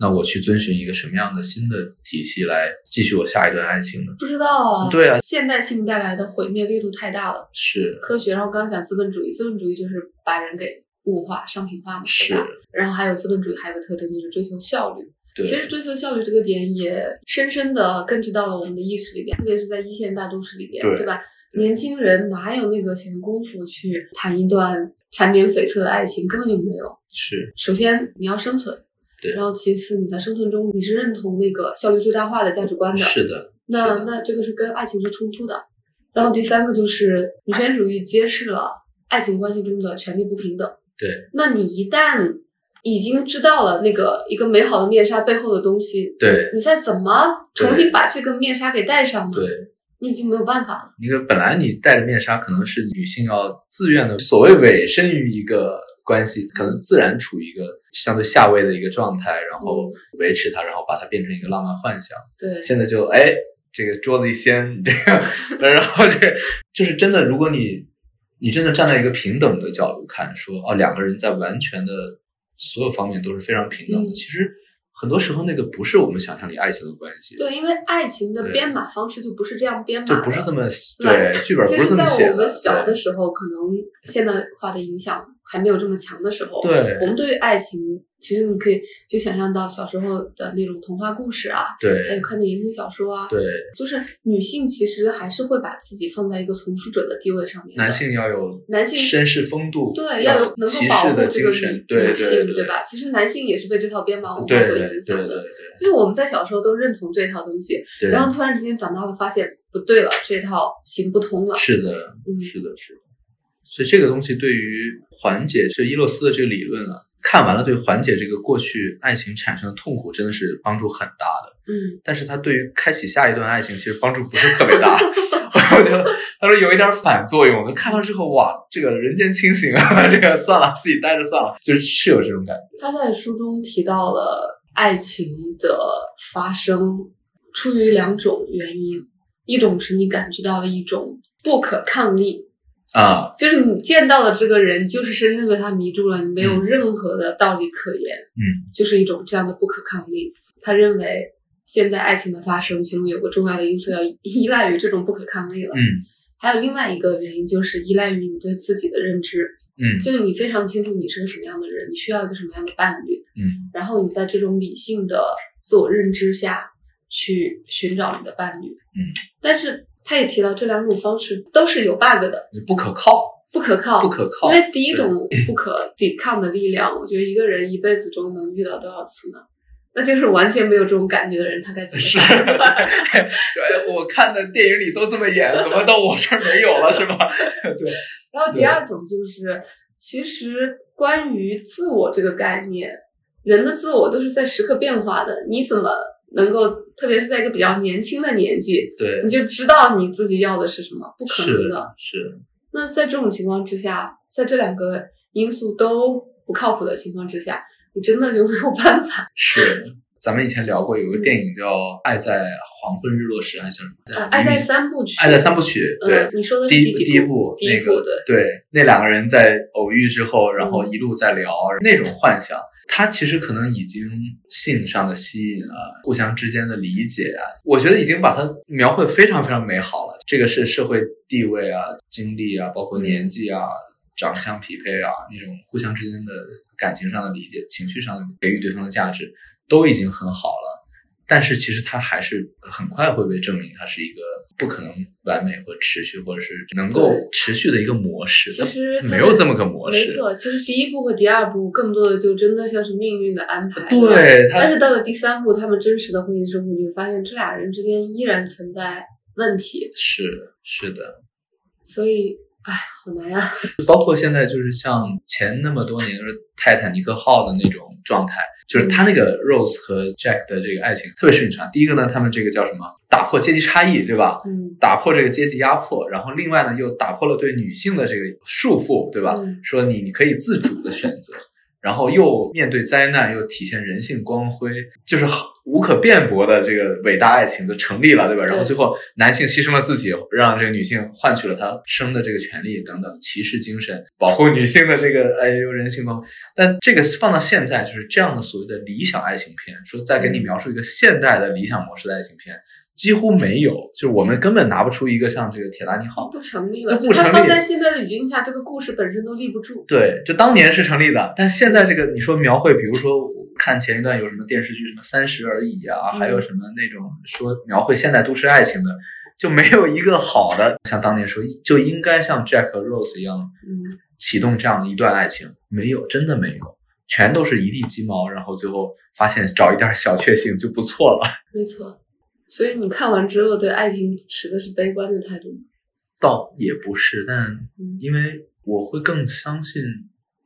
那我去遵循一个什么样的新的体系来继续我下一段爱情呢？不知道啊，对啊，现代性带来的毁灭力度太大了。是科学，然后刚刚讲资本主义，资本主义就是把人给物化、商品化嘛，是对吧？，然后还有资本主义还有个特征就是追求效率。对，其实追求效率这个点也深深的根植到了我们的意识里边，特别是在一线大都市里边，对对吧？对年轻人哪有那个闲工夫去谈一段缠绵悱恻的爱情，根本就没有。是首先你要生存，对然后其次你在生存中你是认同那个效率最大化的价值观的，是的，那是的那这个是跟爱情是冲突的。然后第三个就是女权主义揭示了爱情关系中的权利不平等。对，那你一旦已经知道了那个一个美好的面纱背后的东西，对你再怎么重新把这个面纱给戴上呢？对。你已经没有办法了。一个本来你戴着面纱，可能是女性要自愿的，所谓委身于一个关系，可能自然处于一个相对下位的一个状态，然后维持它，然后把它变成一个浪漫幻想。对，现在就哎，这个桌子一掀，你这个， [LAUGHS] 然后这个就是真的，如果你你真的站在一个平等的角度看，说哦，两个人在完全的所有方面都是非常平等的，嗯其实很多时候那个不是我们想象里爱情的关系。对，因为爱情的对编码方式就不是这样编码就的，不是这么对对剧本其不实，是这么写在我的们，小的时候，可能现代化的影响还没有这么强的时候，对对我们对于爱情，其实你可以就想象到小时候的那种童话故事啊，还对有看的言情小说啊，对，就是女性其实还是会把自己放在一个从属者的地位上面的。男性要有男性绅士风度，对要要有能够骑保士护的这个精女神，对女性，对吧？其实男性也是被这套编码文对化所对影对响对对的。就是我们在小时候都认同这套东西，对，然后突然之间长大了，发现不对了，这套行不通了。是的，嗯，是的，是的。所以这个东西对于缓解就伊洛斯的这个理论啊，看完了，对缓解这个过去爱情产生的痛苦真的是帮助很大的。嗯，但是它对于开启下一段爱情其实帮助不是特别 [LAUGHS] 大，我觉得他说有一点反作用。我看完之后，哇，这个人间清醒啊，这个算了，自己待着算了，就是是有这种感觉。他在书中提到了爱情的发生出于两种原因，一种是你感觉到了一种不可抗力，啊，就是你见到的这个人就是深深被他迷住了，你没有任何的道理可言，嗯，就是一种这样的不可抗力。他认为现代爱情的发生，其中有个重要的因素要依赖于这种不可抗力了。嗯还有另外一个原因就是依赖于你对自己的认知，嗯就是你非常清楚你是个什么样的人，你需要一个什么样的伴侣，嗯然后你在这种理性的自我认知下去寻找你的伴侣。嗯，但是他也提到这两种方式都是有 bug 的，嗯，不可靠，不可靠，不可靠因。为第一种不可抵抗的力量，我觉得一个人一辈子中能遇到多少次呢？那就是完全没有这种感觉的人，他该怎么 [LAUGHS] 是， [LAUGHS] 办？哎，我看的电影里都这么演，怎么到我这儿没有了是吧？ [LAUGHS] 对， [LAUGHS] 然后第二种就是，其实关于自我这个概念，人的自我都是在时刻变化的。你怎么能够，特别是在一个比较年轻的年纪，对你，就知道你自己要的是什么？不可能是的。是，那在这种情况之下，在这两个因素都不靠谱的情况之下，你真的就没有办法。是，咱们以前聊过，有个电影叫《爱在黄昏日落时》，还是叫什么？呃，爱在三部曲，嗯爱在三部曲，对嗯，，你说的是第一几第一部部？第一那个对。嗯对，那两个人在偶遇之后，然后一路在聊、那种幻想，他其实可能已经性上的吸引啊，互相之间的理解啊，我觉得已经把它描绘得非常非常美好了。这个是社会地位啊、经历啊，包括嗯年纪啊、长相匹配啊，那种互相之间的感情上的理解、情绪上的给予对方的价值，都已经很好了。但是其实它还是很快会被证明，它是一个不可能完美或持续，或者是能够对持续的一个模式。其实它它没有这么个模没式，错，其实第一部和第二部更多的就真的像是命运的安排。吧。对但它是到了第三部，他们真实的婚姻生活，你会发现这俩人之间依然存在问题，是是的，所以，哎，好难呀、包括现在就是像前那么多年就是泰坦尼克号的那种状态，就是嗯他那个 Rose 和 Jack 的这个爱情特别顺畅。第一个呢，他们这个叫什么？打破阶级差异，对吧？嗯，打破这个阶级压迫，然后另外呢又打破了对女性的这个束缚，对吧？嗯说你你可以自主的选择，然后又面对灾难，又体现人性光辉，就是好无可辩驳的这个伟大爱情就成立了，对吧？然后对最后男性牺牲了自己，让这个女性换取了她生的这个权利等等，骑士精神保护女性的这个哎呦人性光辉。但这个放到现在，就是这样的所谓的理想爱情片，说再给嗯你描述一个现代的理想模式的爱情片。几乎没有，就是我们根本拿不出一个像这个《铁达尼号》哦不成立嗯那了。不就它成放立在现在的语境下，这个故事本身都立不住。对，就当年是成立的，但现在这个你说描绘，比如说我看前一段有什么电视剧，什么《三十而已》啊，嗯还有什么那种说描绘现代都市爱情的，就没有一个好的像当年说就应该像 Jack 和 Rose 一样嗯，启动这样一段爱情，没有，真的没有，全都是一地鸡毛，然后最后发现找一点小确幸就不错了，没错。所以你看完之后，对爱情持的是悲观的态度吗？倒也不是，但嗯因为我会更相信，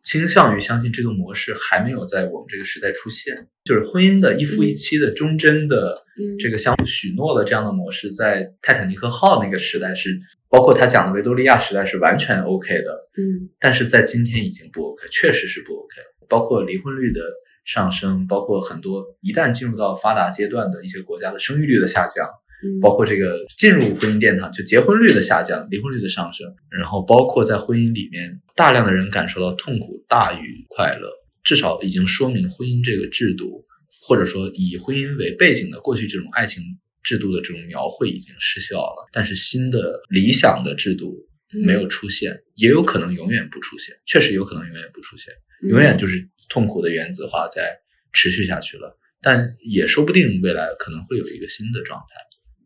倾向于相信这个模式还没有在我们这个时代出现，就是婚姻的一夫一妻的忠贞的嗯，这个相互许诺的这样的模式，在泰坦尼克号那个时代是，包括他讲的维多利亚时代是完全 OK 的，嗯但是在今天已经不 OK，确实是不 OK，包括离婚率的。上升，包括很多一旦进入到发达阶段的一些国家的生育率的下降，嗯，包括这个进入婚姻殿堂，就结婚率的下降、离婚率的上升，然后包括在婚姻里面，大量的人感受到痛苦大于快乐，至少已经说明婚姻这个制度，或者说以婚姻为背景的过去这种爱情制度的这种描绘已经失效了，但是新的理想的制度嗯没有出现，也有可能永远不出现，确实有可能永远不出现。嗯永远就是痛苦的原子化在持续下去了。但也说不定未来可能会有一个新的状态，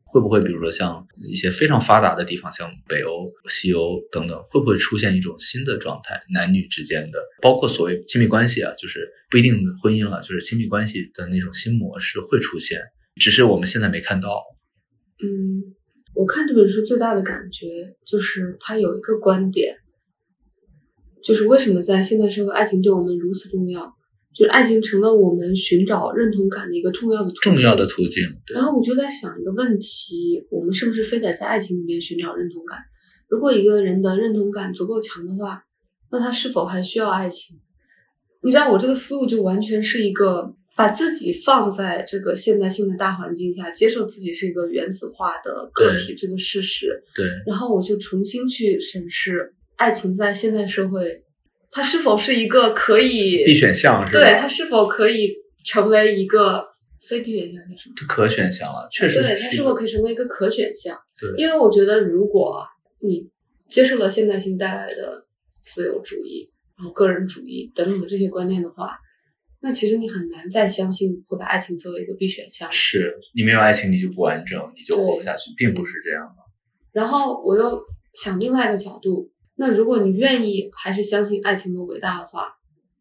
会不会比如说像一些非常发达的地方，像北欧、西欧等等，会不会出现一种新的状态？男女之间的，包括所谓亲密关系啊，就是不一定婚姻了，就是亲密关系的那种新模式会出现，只是我们现在没看到。嗯，我看这本书最大的感觉就是它有一个观点，就是为什么在现代社会，爱情对我们如此重要？就是爱情成了我们寻找认同感的一个重要的途径。重要的途径。对然后我就在想一个问题：我们是不是非得在爱情里面寻找认同感？如果一个人的认同感足够强的话，那他是否还需要爱情？你知道，我这个思路就完全是一个把自己放在这个现代性的大环境下，接受自己是一个原子化的个体这个事实，对，然后我就重新去审视爱情在现代社会，它是否是一个可以必选项是吧？对，它是否可以成为一个非必选项叫什么？可选项了，确实对，它是是否可以成为一个可选项？对因为我觉得，如果啊你接受了现代性带来的自由主义，然后个人主义等等的这些观念的话，那其实你很难再相信会把爱情作为一个必选项。是你没有爱情，你就不完整，你就活不下去，并不是这样的。然后我又想另外一个角度，那如果你愿意还是相信爱情的伟大的话，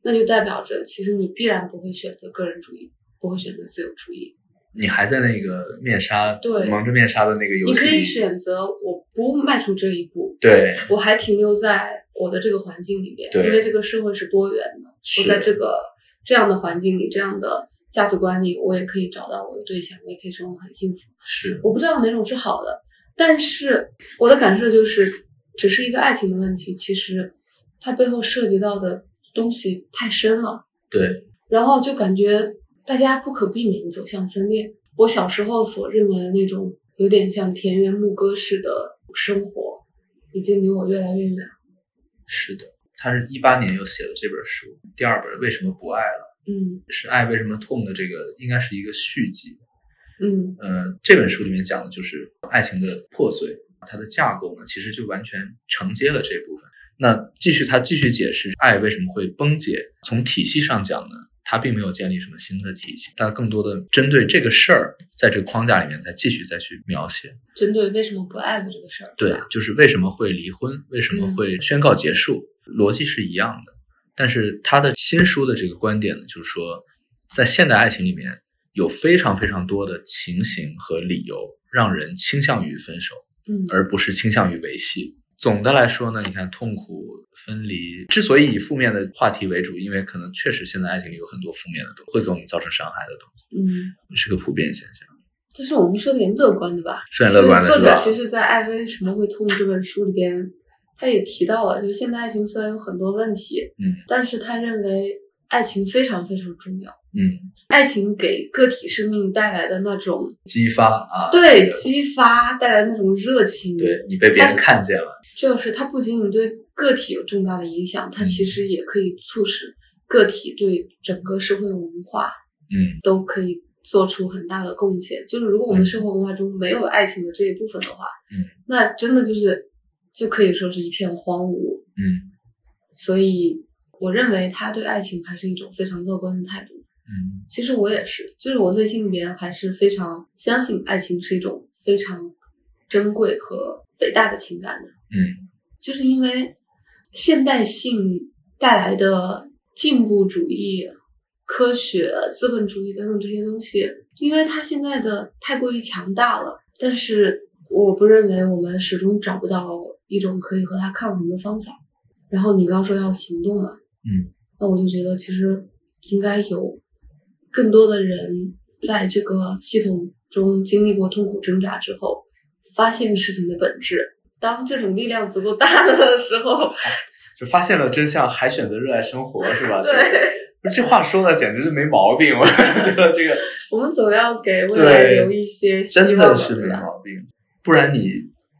那就代表着其实你必然不会选择个人主义，不会选择自由主义。你还在那个面纱，对蒙着面纱的那个游你戏可以里，选择我不迈出这一步，对，我还停留在我的这个环境里面，对因为这个社会是多元的，我是在这个这样的环境里，这样的价值观里，我也可以找到我的对象，我也可以生活很幸福。是我不知道哪种是好的，但是我的感受就是，只是一个爱情的问题，其实它背后涉及到的东西太深了，对，然后就感觉大家不可避免走向分裂。我小时候所认为的那种有点像田园牧歌式的生活，已经离我越来越远。是的。他是一八年又写了这本书，第二本《为什么不爱了》嗯是《爱为什么痛》的这个应该是一个续集。嗯嗯，这本书里面讲的就是爱情的破碎，它的架构呢，其实就完全承接了这部分。那继续，他继续解释爱为什么会崩解。从体系上讲呢，它并没有建立什么新的体系，但更多的针对这个事儿，在这个框架里面再继续再去描写。，针对为什么不爱的这个事儿，对吧，就是为什么会离婚，为什嗯么会宣告结束，逻辑是一样的。但是他的新书的这个观点呢，就是说，在现代爱情里面有非常非常多的情形和理由，让人倾向于分手，嗯，而不是倾向于维系。总的来说呢，你看痛苦、分离，之所以以负面的话题为主，因为可能确实现在爱情里有很多负面的东西，会给我们造成伤害的东嗯，西，是个普遍现象。这是我们说点乐观的吧？是很乐观的，作是者吧？其实，在《爱为什么会痛》这本书里边，他也提到了，就是现代爱情虽然有很多问题，嗯但是他认为爱情非常非常重要。嗯，爱情给个体生命带来的那种激发啊，对激发带来的那种热情，对你被别人看见了，就是它不仅仅对个体有重大的影响，它嗯其实也可以促使个体对整个社会文化嗯，都可以做出很大的贡献。就是如果我们嗯生活文化中没有爱情的这一部分的话，嗯那真的就是就可以说是一片荒芜。嗯所以我认为他对爱情还是一种非常乐观的态度。嗯，其实我也是，就是我内心里面还是非常相信爱情是一种非常珍贵和伟大的情感的，嗯，就是因为现代性带来的进步主义、科学、资本主义等等这些东西，因为它现在的太过于强大了，但是我不认为我们始终找不到一种可以和它抗衡的方法。然后你刚说要行动嘛，嗯，那我就觉得其实应该有更多的人在这个系统中经历过痛苦挣扎之后，发现事情的本质。当这种力量足够大的时候，就发现了真相，还选择热爱生活，是 [LAUGHS] 吧？对不是这话说的简直是没毛病， [LAUGHS] 我觉得这个 [LAUGHS] 我们总要给未来对留一些希望真嘛，的是对没吧？毛病，不然你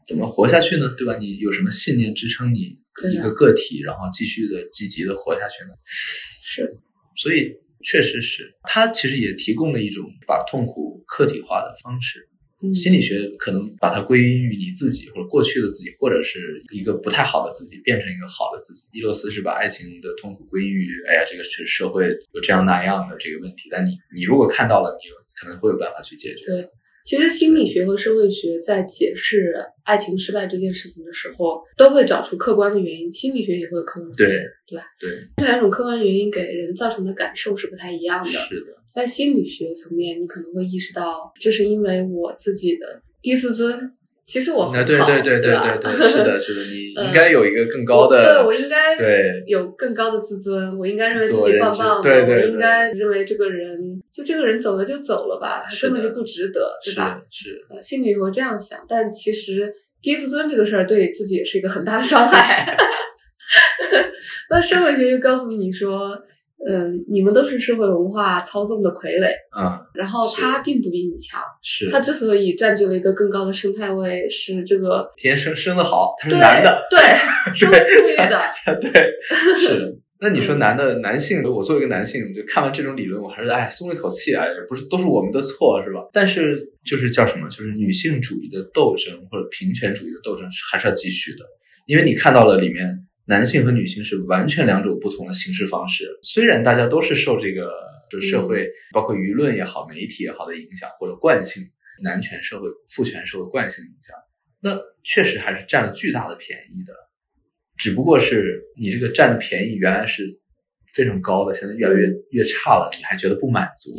怎么活下去呢？对吧？你有什么信念支撑你对啊一个个体，然后继续的积极的活下去呢？ [LAUGHS] 是，所以确实是，它其实也提供了一种把痛苦客体化的方式。嗯，心理学可能把它归因于你自己，或者过去的自己，或者是一个不太好的自己，变成一个好的自己。伊洛斯是把爱情的痛苦归因于，哎呀，这个是社会有这样那样的这个问题。但你你如果看到了，你有可能会有办法去解决。对，其实心理学和社会学在解释爱情失败这件事情的时候，都会找出客观的原因，心理学也会有客观的原因，对吧？对，这两种客观原因给人造成的感受是不太一样的。是的，在心理学层面，你可能会意识到，这是因为我自己的低自尊、其实我很那好，哎啊对对对对对吧对对， [LAUGHS] 是的，是的，你嗯应该有一个更高对的我应该对有更高的自尊，我应该认为自自我己认棒知棒的，对对我对应该认为这个人就这个人走了就走了吧，他是根本的就不值得，对是吧？是呃，心里会这样想，但其实低自尊这个事儿对自己也是一个很大的伤害。 [LAUGHS] 那社会学就告诉你说，嗯，你们都是社会文化操纵的傀儡，嗯然后是他并不比你强，是他之所以占据了一个更高的生态位，是这个天生生的好，他是对男的， [LAUGHS] 对社会富裕的。对是。那你说男的男性，我作为一个男性，就看完这种理论，我还是哎松了一口气啊，也不是都是我们的错是吧？但是就是叫什么，就是女性主义的斗争或者平权主义的斗争是还是要继续的，因为你看到了里面男性和女性是完全两种不同的行事方式。虽然大家都是受这个就社会、包括舆论也好、媒体也好的影响或者惯性，男权社会、父权社会惯性影响，那确实还是占了巨大的便宜的。只不过是你这个占的便宜原来是非常高的，现在越来越越差了，你还觉得不满足，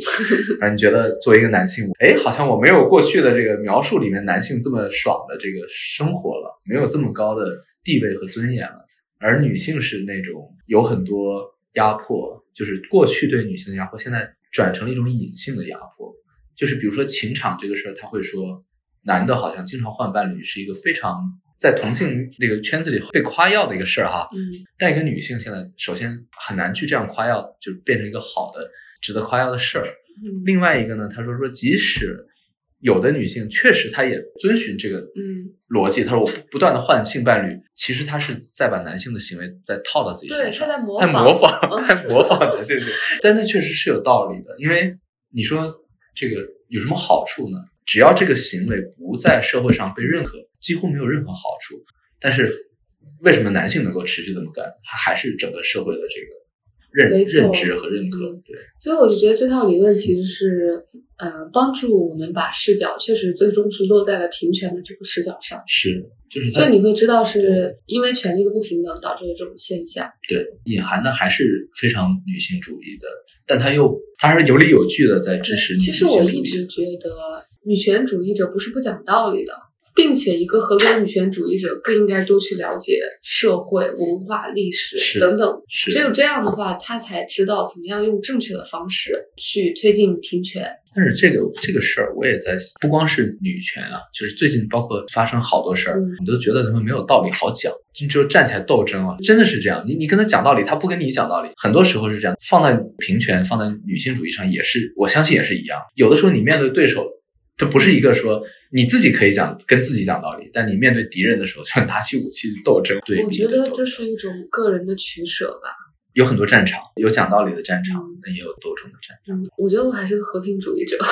然后你觉得作为一个男性，哎，好像我没有过去的这个描述里面男性这么爽的这个生活了，没有这么高的地位和尊严了，而女性是那种有很多压迫，就是过去对女性的压迫，现在转成了一种隐性的压迫，就是比如说情场这个事儿，他会说男的好像经常换伴侣是一个非常在同性那个圈子里被夸耀的一个事儿哈，嗯，但一个女性现在首先很难去这样夸耀，就变成一个好的、值得夸耀的事儿。嗯另外一个呢，他说说，即使有的女性确实她也遵循这个嗯，逻辑，她说我不不断的换性伴侣，其实她是在把男性的行为再套到自己对，身他上，在模在仿，嗯模仿，在模仿男性行为。但那确实是有道理的，因为你说这个有什么好处呢？只要这个行为不在社会上被认可，几乎没有任何好处。但是为什么男性能够持续这么干？他还是整个社会的这个认没错认知和认可。嗯对，所以我就觉得这套理论其实是，呃，帮助我们把视角确实最终是落在了平权的这个视角上。是，就是所它以你会知道，是因为权力的不平等导致的这种现象。对隐含的还是非常女性主义的，但他又他还是有理有据的在支持女其性实主义。我一直觉得，女权主义者不是不讲道理的，并且一个合格的女权主义者更应该多去了解社会、文化、历史是等等。是只有这样的话，他才知道怎么样用正确的方式去推进平权。但是这个这个事儿，我也在不光是女权啊，就是最近包括发生好多事儿，嗯你都觉得他们没有道理好讲，你只有站起来斗争啊，真的是这样。你你跟他讲道理，他不跟你讲道理，很多时候是这样。放在平权、放在女性主义上也是，我相信也是一样。有的时候你面对对手，这不是一个说你自己可以讲跟自己讲道理，但你面对敌人的时候，就拿起武器斗争对我立觉的斗争。得这是一种个人的取舍吧。有很多战场，有讲道理的战场嗯，那也有斗争的战场。嗯，我觉得我还是个和平主义者， [LAUGHS]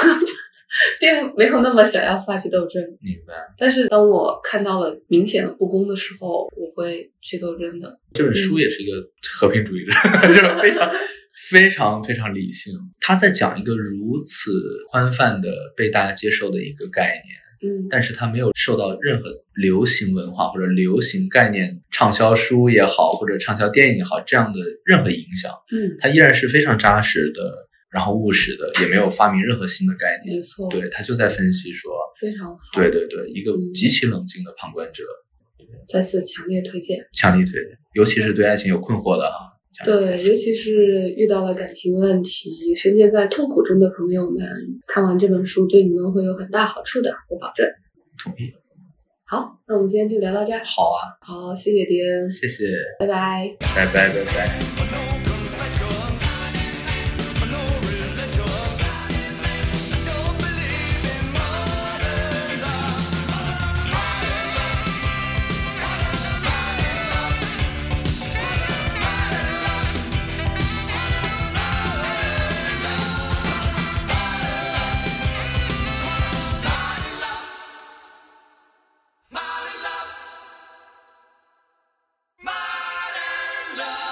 并没有那么想要发起斗争。明白。但是当我看到了明显的不公的时候，我会去斗争的。这本书也是一个和平主义者， [LAUGHS] 就是非常非常非常理性。他在讲一个如此宽泛的被大家接受的一个概念，嗯，但是他没有受到任何流行文化或者流行概念畅销书也好，或者畅销电影也好这样的任何影响。嗯，他依然是非常扎实的，然后务实的，也没有发明任何新的概念没。错，对他就在分析说，非常好。对，对对，一个极其冷静的旁观者，再次强烈推荐。强力推，尤其是对爱情有困惑的哈。强力推对，尤其是遇到了感情问题、深陷在痛苦中的朋友们，看完这本书对你们会有很大好处的，我保证。同意。好，那我们今天就聊到这儿。好啊，好，谢谢迪恩，谢谢，拜拜。拜拜拜拜。 Modern love. Modern love.